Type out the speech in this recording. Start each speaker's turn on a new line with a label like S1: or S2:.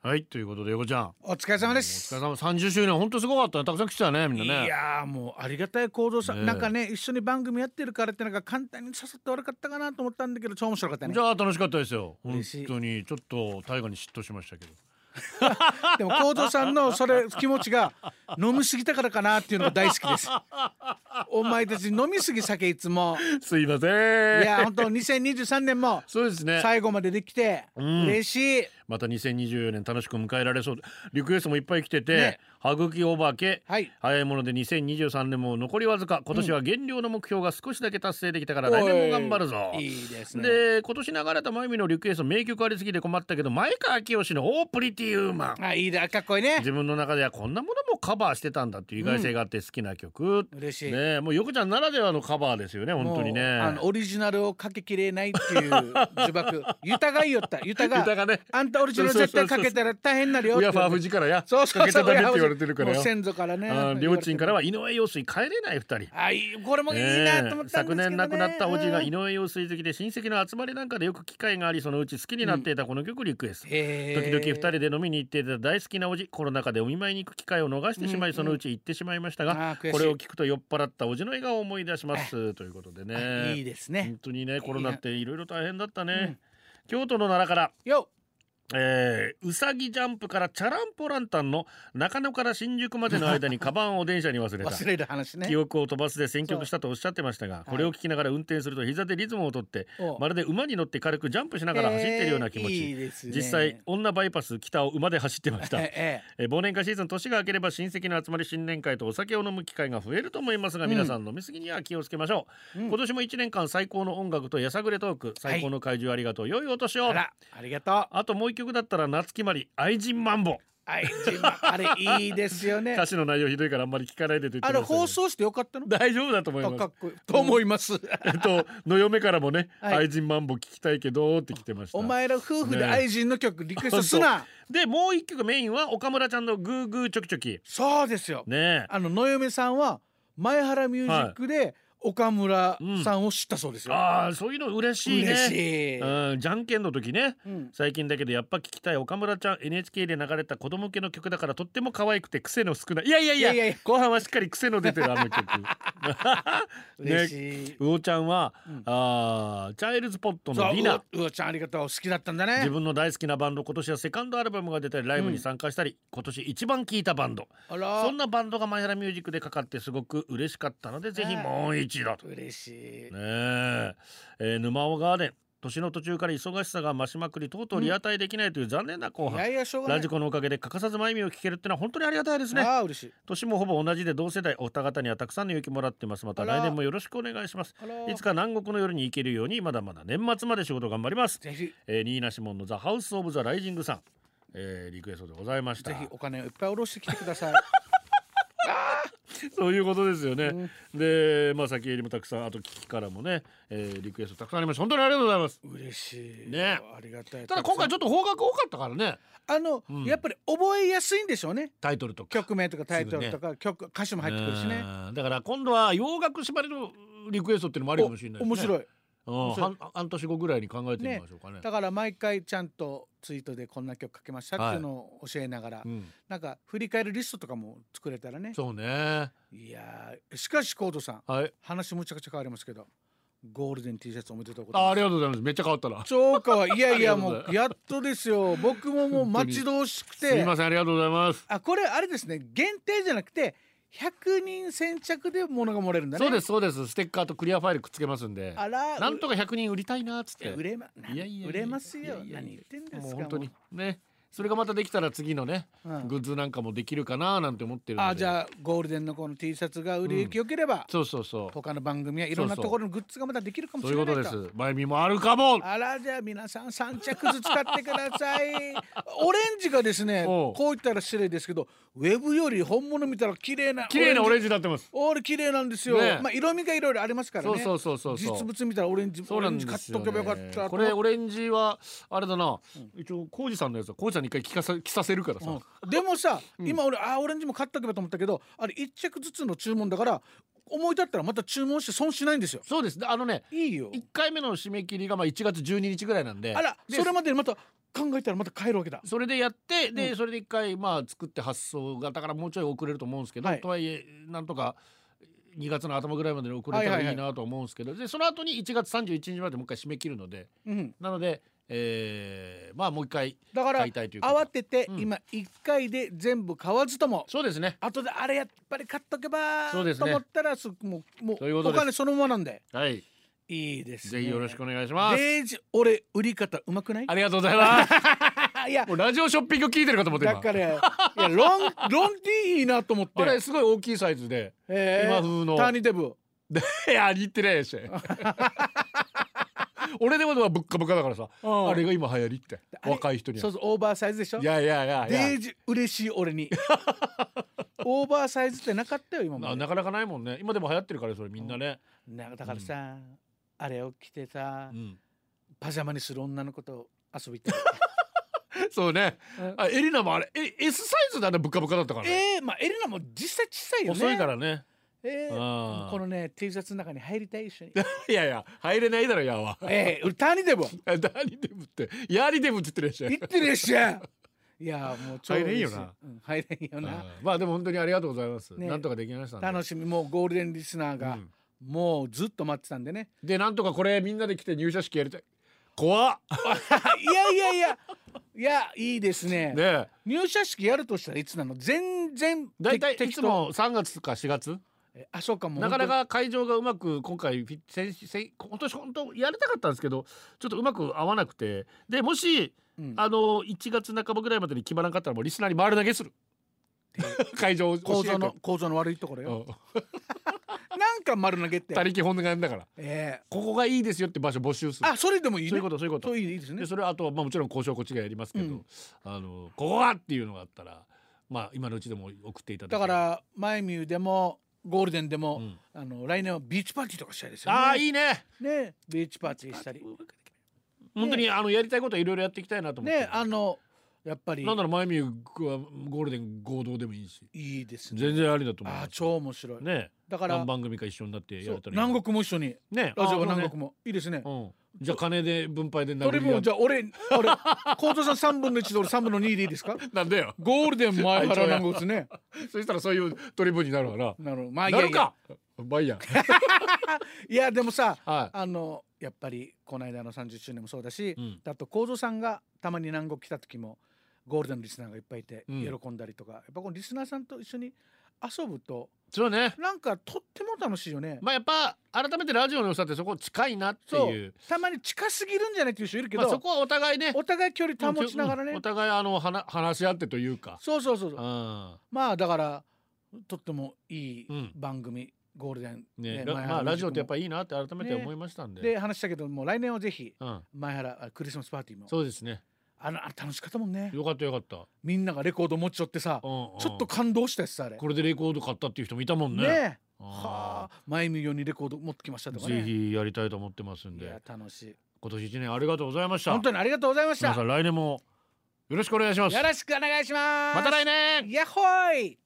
S1: はいということで横ちゃん
S2: お疲れ様
S1: お
S2: です
S1: 疲れ様30周年本当すごかったねたくさん来てたねみん
S2: い
S1: なね
S2: やーもうありがたい行動さ、
S1: ねえ
S2: なんかね一緒に番組やってるからってなんか簡単に誘って悪かったかなと思ったんだけど超面白かったね
S1: じゃあ楽しかったですよ本
S2: 嬉しい
S1: 当にちょっと大河に嫉妬しましたけど
S2: でも行動さんのそれ気持ちが飲みすぎたからかなっていうのが大好き ですお前たち飲みすぎ酒いつも
S1: すいませ
S2: い
S1: ん
S2: や本当2023年も
S1: そうですね
S2: 最後までできて
S1: うん
S2: 嬉しい、
S1: また2024年楽しく迎えられそうでリクエストもいっぱい来てて、
S2: ね
S1: はぐきお化け
S2: はい
S1: 早いもので2023年も残りわずか今年は減量の目標が少しだけ達成できたから来年も頑張るぞ
S2: おいいいですね
S1: で今年流れたまゆみのリクエスト名曲ありすぎて困ったけど前川清の「オープリティウーマン」
S2: あいいだかっこいいね
S1: 自分の中ではこんなものもカバーしてたんだっていう意外性があって好きな曲、
S2: 嬉しい、
S1: ねえもう横ちゃんならではのカバーですよね本当にね
S2: もうあのオリジナルをかけきれないっ ていう呪縛ユタが言いよったユタが
S1: 歌がね
S2: あんたオリジナル絶対かけたら大変になるよっ
S1: ウ
S2: て
S1: ヤファーフジからや
S2: そうそうそう
S1: かけただけって言われてるから
S2: も
S1: よ
S2: う先祖からね
S1: うん両親からは井上陽水帰れない二人
S2: あいいこれもいいなと思ったんですけ
S1: 昨
S2: ど、ね
S1: 年亡くなったおじが井
S2: の、
S1: 上陽水好きで親戚の集まりなんかでよく機会がありそのうち好きになっていたこの曲リクエスト、
S2: え
S1: 時々二人で飲みに行っていた大好きなおじコロナ禍でお見舞いに行く機会を逃してしまい、
S2: うん
S1: そのうち行ってしまいましたが、
S2: あー悔しい
S1: これを聞くと酔っ払ったおじの笑顔を思い出しますということでね
S2: あいいですね
S1: 本当にねコロナっていろいろ大変だったね、京都の奈良から
S2: よ
S1: えーうさぎジャンプからチャランポランタンの中野から新宿までの間 にカバンを電車に忘れた
S2: 忘れる話ね
S1: 記憶を飛ばすで選曲したとおっしゃってましたが
S2: う
S1: これを聞きながら運転すると膝でリズムをとって
S2: お
S1: まるで馬に乗って軽くジャンプしながら走っているような気持
S2: えー
S1: ち、
S2: いいですね
S1: 実際女バイパス北を馬で走ってました
S2: ええ
S1: えー忘年会シーズン年が明ければ親戚の集まり新年会とお酒を飲む機会が増えると思いますが、
S2: うん
S1: 皆さん飲み過ぎには気をつけましょう、
S2: うん
S1: 今年も1年間最高の音楽とやさぐれトーク最高の怪獣ありがとう、良いお年を
S2: あらありがとう
S1: あともう一曲だったら夏木マリ愛人マンボ
S2: 愛人はあれいいですよ ね
S1: 歌詞の内容ひどいからあんまり聞かないでと言っ
S2: あ
S1: て
S2: れ
S1: ましたけど
S2: 放送してよかったの
S1: 大丈夫だと思い
S2: あ
S1: ま
S2: か
S1: す
S2: っこいいと思います
S1: えっとの嫁からもね、
S2: はい
S1: 愛人マンボ聞きたいけどって来てました
S2: お前ら夫婦で愛人の曲リクエストす
S1: ほ
S2: な、
S1: でもう一曲メインは岡村ちゃんのグーグーチョキチョキ
S2: そうですよ
S1: ねえ
S2: あの野嫁さんは前原ミュージックで岡村さんを知ったそうですよ、
S1: あーそういうの嬉しいね
S2: 嬉しい、
S1: うん、じゃんけんの時ね
S2: うん
S1: 最近だけどやっぱ聞きたい岡村ちゃん NHK で流れた子供向けの曲だからとっても可愛くて癖の少ないいやいやいや
S2: いやいやいや
S1: 後半はしっかり癖の出てるあ の曲ね
S2: 嬉しい、
S1: 魚ちゃんは、
S2: うん
S1: あーチャイルズポット
S2: そ
S1: の
S2: う
S1: リ
S2: う
S1: ナ
S2: わうわちゃんありがとう好きだったんだ
S1: 自
S2: ね
S1: 分の大好きなバンド今年はセカンドアルバムが出たりライブに参加したり、今年一番聴いたバンド
S2: あら
S1: そんなバンドが前原ミュージックでかかってすごく嬉しかったのでぜひもう一度と。ね
S2: 嬉しい、
S1: ええー沼尾ガーデン年の途中から忙しさが増しまくりとうとうリアタイできないという残念な後
S2: い
S1: 半、
S2: やいやしょうがな
S1: ラ
S2: い
S1: ジコのおかげで欠かさず前見を聞けるってのは本当にありがたいですね
S2: ああ嬉しい
S1: 年もほぼ同じで同世代お二方にはたくさんの勇気もらってますまた
S2: あら
S1: 来年もよろしくお願いします
S2: あら
S1: いつか南国の夜に行けるようにまだまだ年末まで仕事頑張ります、
S2: ぜひ
S1: えー、ニーナシモンのザハウスオブザライジングさん、えー、リクエストでございました
S2: ぜひお金をいっぱい下ろしてきてく ださい
S1: そういうことですよね。で、まあ、先よりもたくさん、あと、聞きからもね、えーリクエストたくさんありました。本当にありがとうございます。
S2: 嬉しい
S1: ね
S2: ありがたい
S1: ただ、今回ちょっと方角多かったからね。
S2: あの、
S1: うん
S2: やっぱり覚えやすいんでしょうね
S1: タイトルとか。
S2: 曲名とかタイトルとか、曲歌詞も入ってくるしね
S1: うん。だから、今度は洋楽縛りのリクエストっていうのもありかもしれない、
S2: お面白
S1: い。
S2: い
S1: うん、
S2: 面白い
S1: 半半年後ぐらいに考えてみましょうかね。
S2: だから毎回ちゃんとツイートでこんな曲かけましたっていうのを教えながら、
S1: うん、
S2: なんか振り返るリストとかも作れたらね
S1: そうね。
S2: いやーしかしコードさん
S1: はい。
S2: 話むちゃくちゃ変わりますけどゴールデン T シャツおめでとうござい
S1: あ、あ
S2: ます
S1: りがとうございます。めっちゃ変わったら。
S2: 超かわいいいやい や
S1: ありがとう
S2: も
S1: ございます
S2: うやっとですよ僕ももう待ち遠しく
S1: すみ
S2: て
S1: ません、ありがとうございます。
S2: あこれあれですね限定じゃなくて100人先着で物がもらえるんだね
S1: そうです、そうです。ステッカーとクリアファイルくっつけますんで。
S2: あら
S1: なんとか100人売りたいなっつっ
S2: いや
S1: て。
S2: 売れ,、ま、
S1: いやいやいや
S2: 売れますよ
S1: いやいやいや
S2: 何言ってんですか
S1: もう本当にねそれがまたできたら次のね、
S2: うん
S1: グッズなんかもできるかななんて思ってるので
S2: あじゃあゴールデンのこの T シャツが売れ行き良ければ、
S1: そうそうそう
S2: 他の番組やいろんな
S1: そうそう
S2: ところのグッズがまたできるかも
S1: そ
S2: し
S1: うい
S2: れな
S1: う
S2: いと
S1: ことです前見もあるかも
S2: あらじゃあ皆さん三着ずつ買ってください オレンジがですね
S1: おう
S2: こう言ったら失礼ですけどウェブより本物見たら綺麗な
S1: 綺麗なオレン
S2: ジ
S1: ジになってます
S2: オール綺麗なんですよ、
S1: ね
S2: まあ色味がいろいろありますからね
S1: そうそうそうそうそう
S2: 実物見たらオレンジ
S1: そう
S2: オレ
S1: な
S2: ン
S1: ん
S2: ジ
S1: で
S2: 買っ
S1: すよ、
S2: と
S1: ね
S2: けばよかった、と
S1: これオレンジはあれだな、一応浩二さんのやつは浩二さんに一回着かせ着させるからさ、
S2: うんでもさ、今俺あーオレンジも買っとけばと思ったけどあれ一着ずつの注文だから思い立ったらまた注文して損しないんですよ
S1: そうですであのね
S2: いいよ
S1: 1回目の締め切りがまあ1月12日ぐらいなんで
S2: あら
S1: で
S2: それまでにまた考えたらまた帰るわけだ
S1: それでやってで、
S2: う
S1: それで一回まあ作って発送がだからもうちょい遅れると思うんですけど、
S2: はい
S1: とはいえなんとか2月の頭ぐらいまでに遅れたら
S2: はいはいはい
S1: いいなと思うんですけど、でその後に1月31日までもう一回締め切るので
S2: うん
S1: なので、えーまあもう一回
S2: だから
S1: 買いたいということ
S2: 慌てて
S1: うん
S2: 今一回で全部買わずとも
S1: そうですね
S2: 後であれやっぱり買っとけば
S1: そうです
S2: と
S1: ね
S2: 思ったらすもうも
S1: そういうこ
S2: う
S1: と
S2: お
S1: です
S2: 金そのままなんで
S1: はい
S2: いいです
S1: ぜひよろしく
S2: お
S1: お願いします
S2: デイジ俺売り方うまくない
S1: ありがとうございます
S2: いや
S1: もうラジオショッピング聞いてるかと思って
S2: だ
S1: 今
S2: からいやロンロンティーいいなと思って
S1: あれすごい大きいサイズで
S2: えー
S1: 今風の
S2: ターニーテーブ
S1: いや似てないし 俺でもぶっかぶかだからさ
S2: うん
S1: あれが今流行りって
S2: あれ
S1: 若い人には
S2: そうそうオーバーサイズでしょ
S1: いやいやいやいや
S2: デージ嬉しい 俺にオーバーサイズってなかったよ今ま
S1: な
S2: で
S1: なかなかないもんね今でも流行ってるからそれみんなね、
S2: なだからさ、あれを着てさ、
S1: うん
S2: パジャマにする女の子と遊びたい
S1: そうね
S2: うん
S1: あエリナもあれえ S サイズだねぶっかぶかだったから、ね
S2: えー、まあエレナも実際小さいよね
S1: 遅いからね
S2: え
S1: う
S2: ー、
S1: ん
S2: このね T シャツの中に入りたい 一緒に
S1: いやいや入れないだろやわ
S2: えー、俺ターニーテーブル
S1: ダニデブってヤリデブって言ってるでしょ
S2: 行ってるっしゃいやもう超
S1: 入れんよ
S2: 嬉し
S1: な
S2: うん入れんよな
S1: うんまあでも本当にありがとうございます、
S2: ね
S1: なんとかできましたんで
S2: 楽しみもうゴールデンリスナーが、
S1: うん
S2: もうずっと待ってたんでね
S1: でなんとかこれみんなで来て入社式やりたい怖っ
S2: いやいやいやいやいいです
S1: ね
S2: ね
S1: え
S2: 入社式やるとしたらいつなの全然
S1: 大体
S2: て
S1: いつも3月か4月
S2: えあそうかもう
S1: なかな
S2: 本
S1: か会場がうまく今回フィ先先今年本当やりたかったんですけどちょっとうまく合わなくてでもし
S2: 当にうん
S1: あの1月半ばぐらいまでに決まらなかったらもうリスナーに丸投げする 会場を
S2: 構
S1: 教え
S2: 造
S1: て
S2: の構造の悪いところ
S1: う
S2: よ
S1: ん
S2: なんか丸投げって
S1: 他力本願だから
S2: え
S1: ここがいいですよって場所募集す
S2: え
S1: る
S2: あそれでもいい
S1: そうい
S2: ね
S1: うことそういうこと
S2: そういいですね
S1: でそれはあとはまあもちろん交渉こっちがやりますけど、
S2: うん
S1: あのここはっていうのがあったらまあ今のうちでも送っていただ
S2: だ
S1: け
S2: か
S1: れば、
S2: らマイミューでもゴールデンでも、
S1: うん
S2: あの来年はビーチパーティーとかしたいですよね
S1: ああいいね
S2: ねビーチパーティーしたり
S1: 本当にあのやりたいことはいろいろやっていきたいなと思って、
S2: ねあのやっぱり
S1: なんだろう前見るはゴールデン合同でもいいし
S2: いいですね
S1: 全然ありだと思う
S2: あー超面白い、
S1: ね
S2: だから
S1: 何番組か一緒になってや
S2: そ
S1: れ
S2: う
S1: たらいい
S2: 南国も一緒に
S1: ね
S2: ラジ
S1: あ
S2: オは
S1: ー
S2: 南国も、いいですね、
S1: うんじゃあ金で分配で
S2: それ
S1: 殴り合
S2: も
S1: っ
S2: じゃあ俺 俺コートさん三分の一と俺三分の二でいいですか
S1: なんだよ
S2: ゴールデン前原南国ですね
S1: そしたらそういう取り分になるから
S2: なるほどまあい
S1: な
S2: や
S1: る
S2: いや
S1: かバイヤー
S2: いやでもさ
S1: は
S2: あのやっぱりこの間の30周年もそうだし、
S1: いうん
S2: あと構造さんがたまに南国来た時もゴールデンのリスナーがいっぱいいて
S1: うん
S2: 喜んだりとか、やっぱこのリスナーさんと一緒に遊ぶと
S1: そうね
S2: なんかとっても楽しいよね、
S1: まあやっぱ改めてラジオの良さってそこ近いなって
S2: そ
S1: いう
S2: うたまに近すぎるんじゃないっていう人いるけど、
S1: まあそこはお互いね
S2: お互い距離保ちながらね、
S1: うんお互いあの話話し合ってというか
S2: そうそうそう
S1: う
S2: そうんまあだからとってもいい
S1: うん
S2: 番組、ゴールデン、
S1: ね
S2: 前原
S1: まあラジオってやっぱ
S2: り
S1: いいなって改めて思いましたんで
S2: で話したけどもう来年はぜひ
S1: うん
S2: 前原あクリスマスパーティーも
S1: そうですね
S2: あのあれ楽しかったもんね
S1: よかったよかった
S2: みんながレコード持ち寄ってさ、
S1: うんうん
S2: ちょっと感動したやつさあれ
S1: これでレコード買ったっていう人もいたもんね
S2: ね
S1: うん
S2: はあ前見ようにレコード持ってきましたとか
S1: ぜ
S2: ね
S1: ひやりたいと思ってますん
S2: いや
S1: で
S2: 楽しい
S1: 今年一年ありがとうございました
S2: 本当にありがとうございました
S1: 皆さん来年もよろしくお願いします
S2: よろしくお願いします
S1: また来年
S2: やっほーい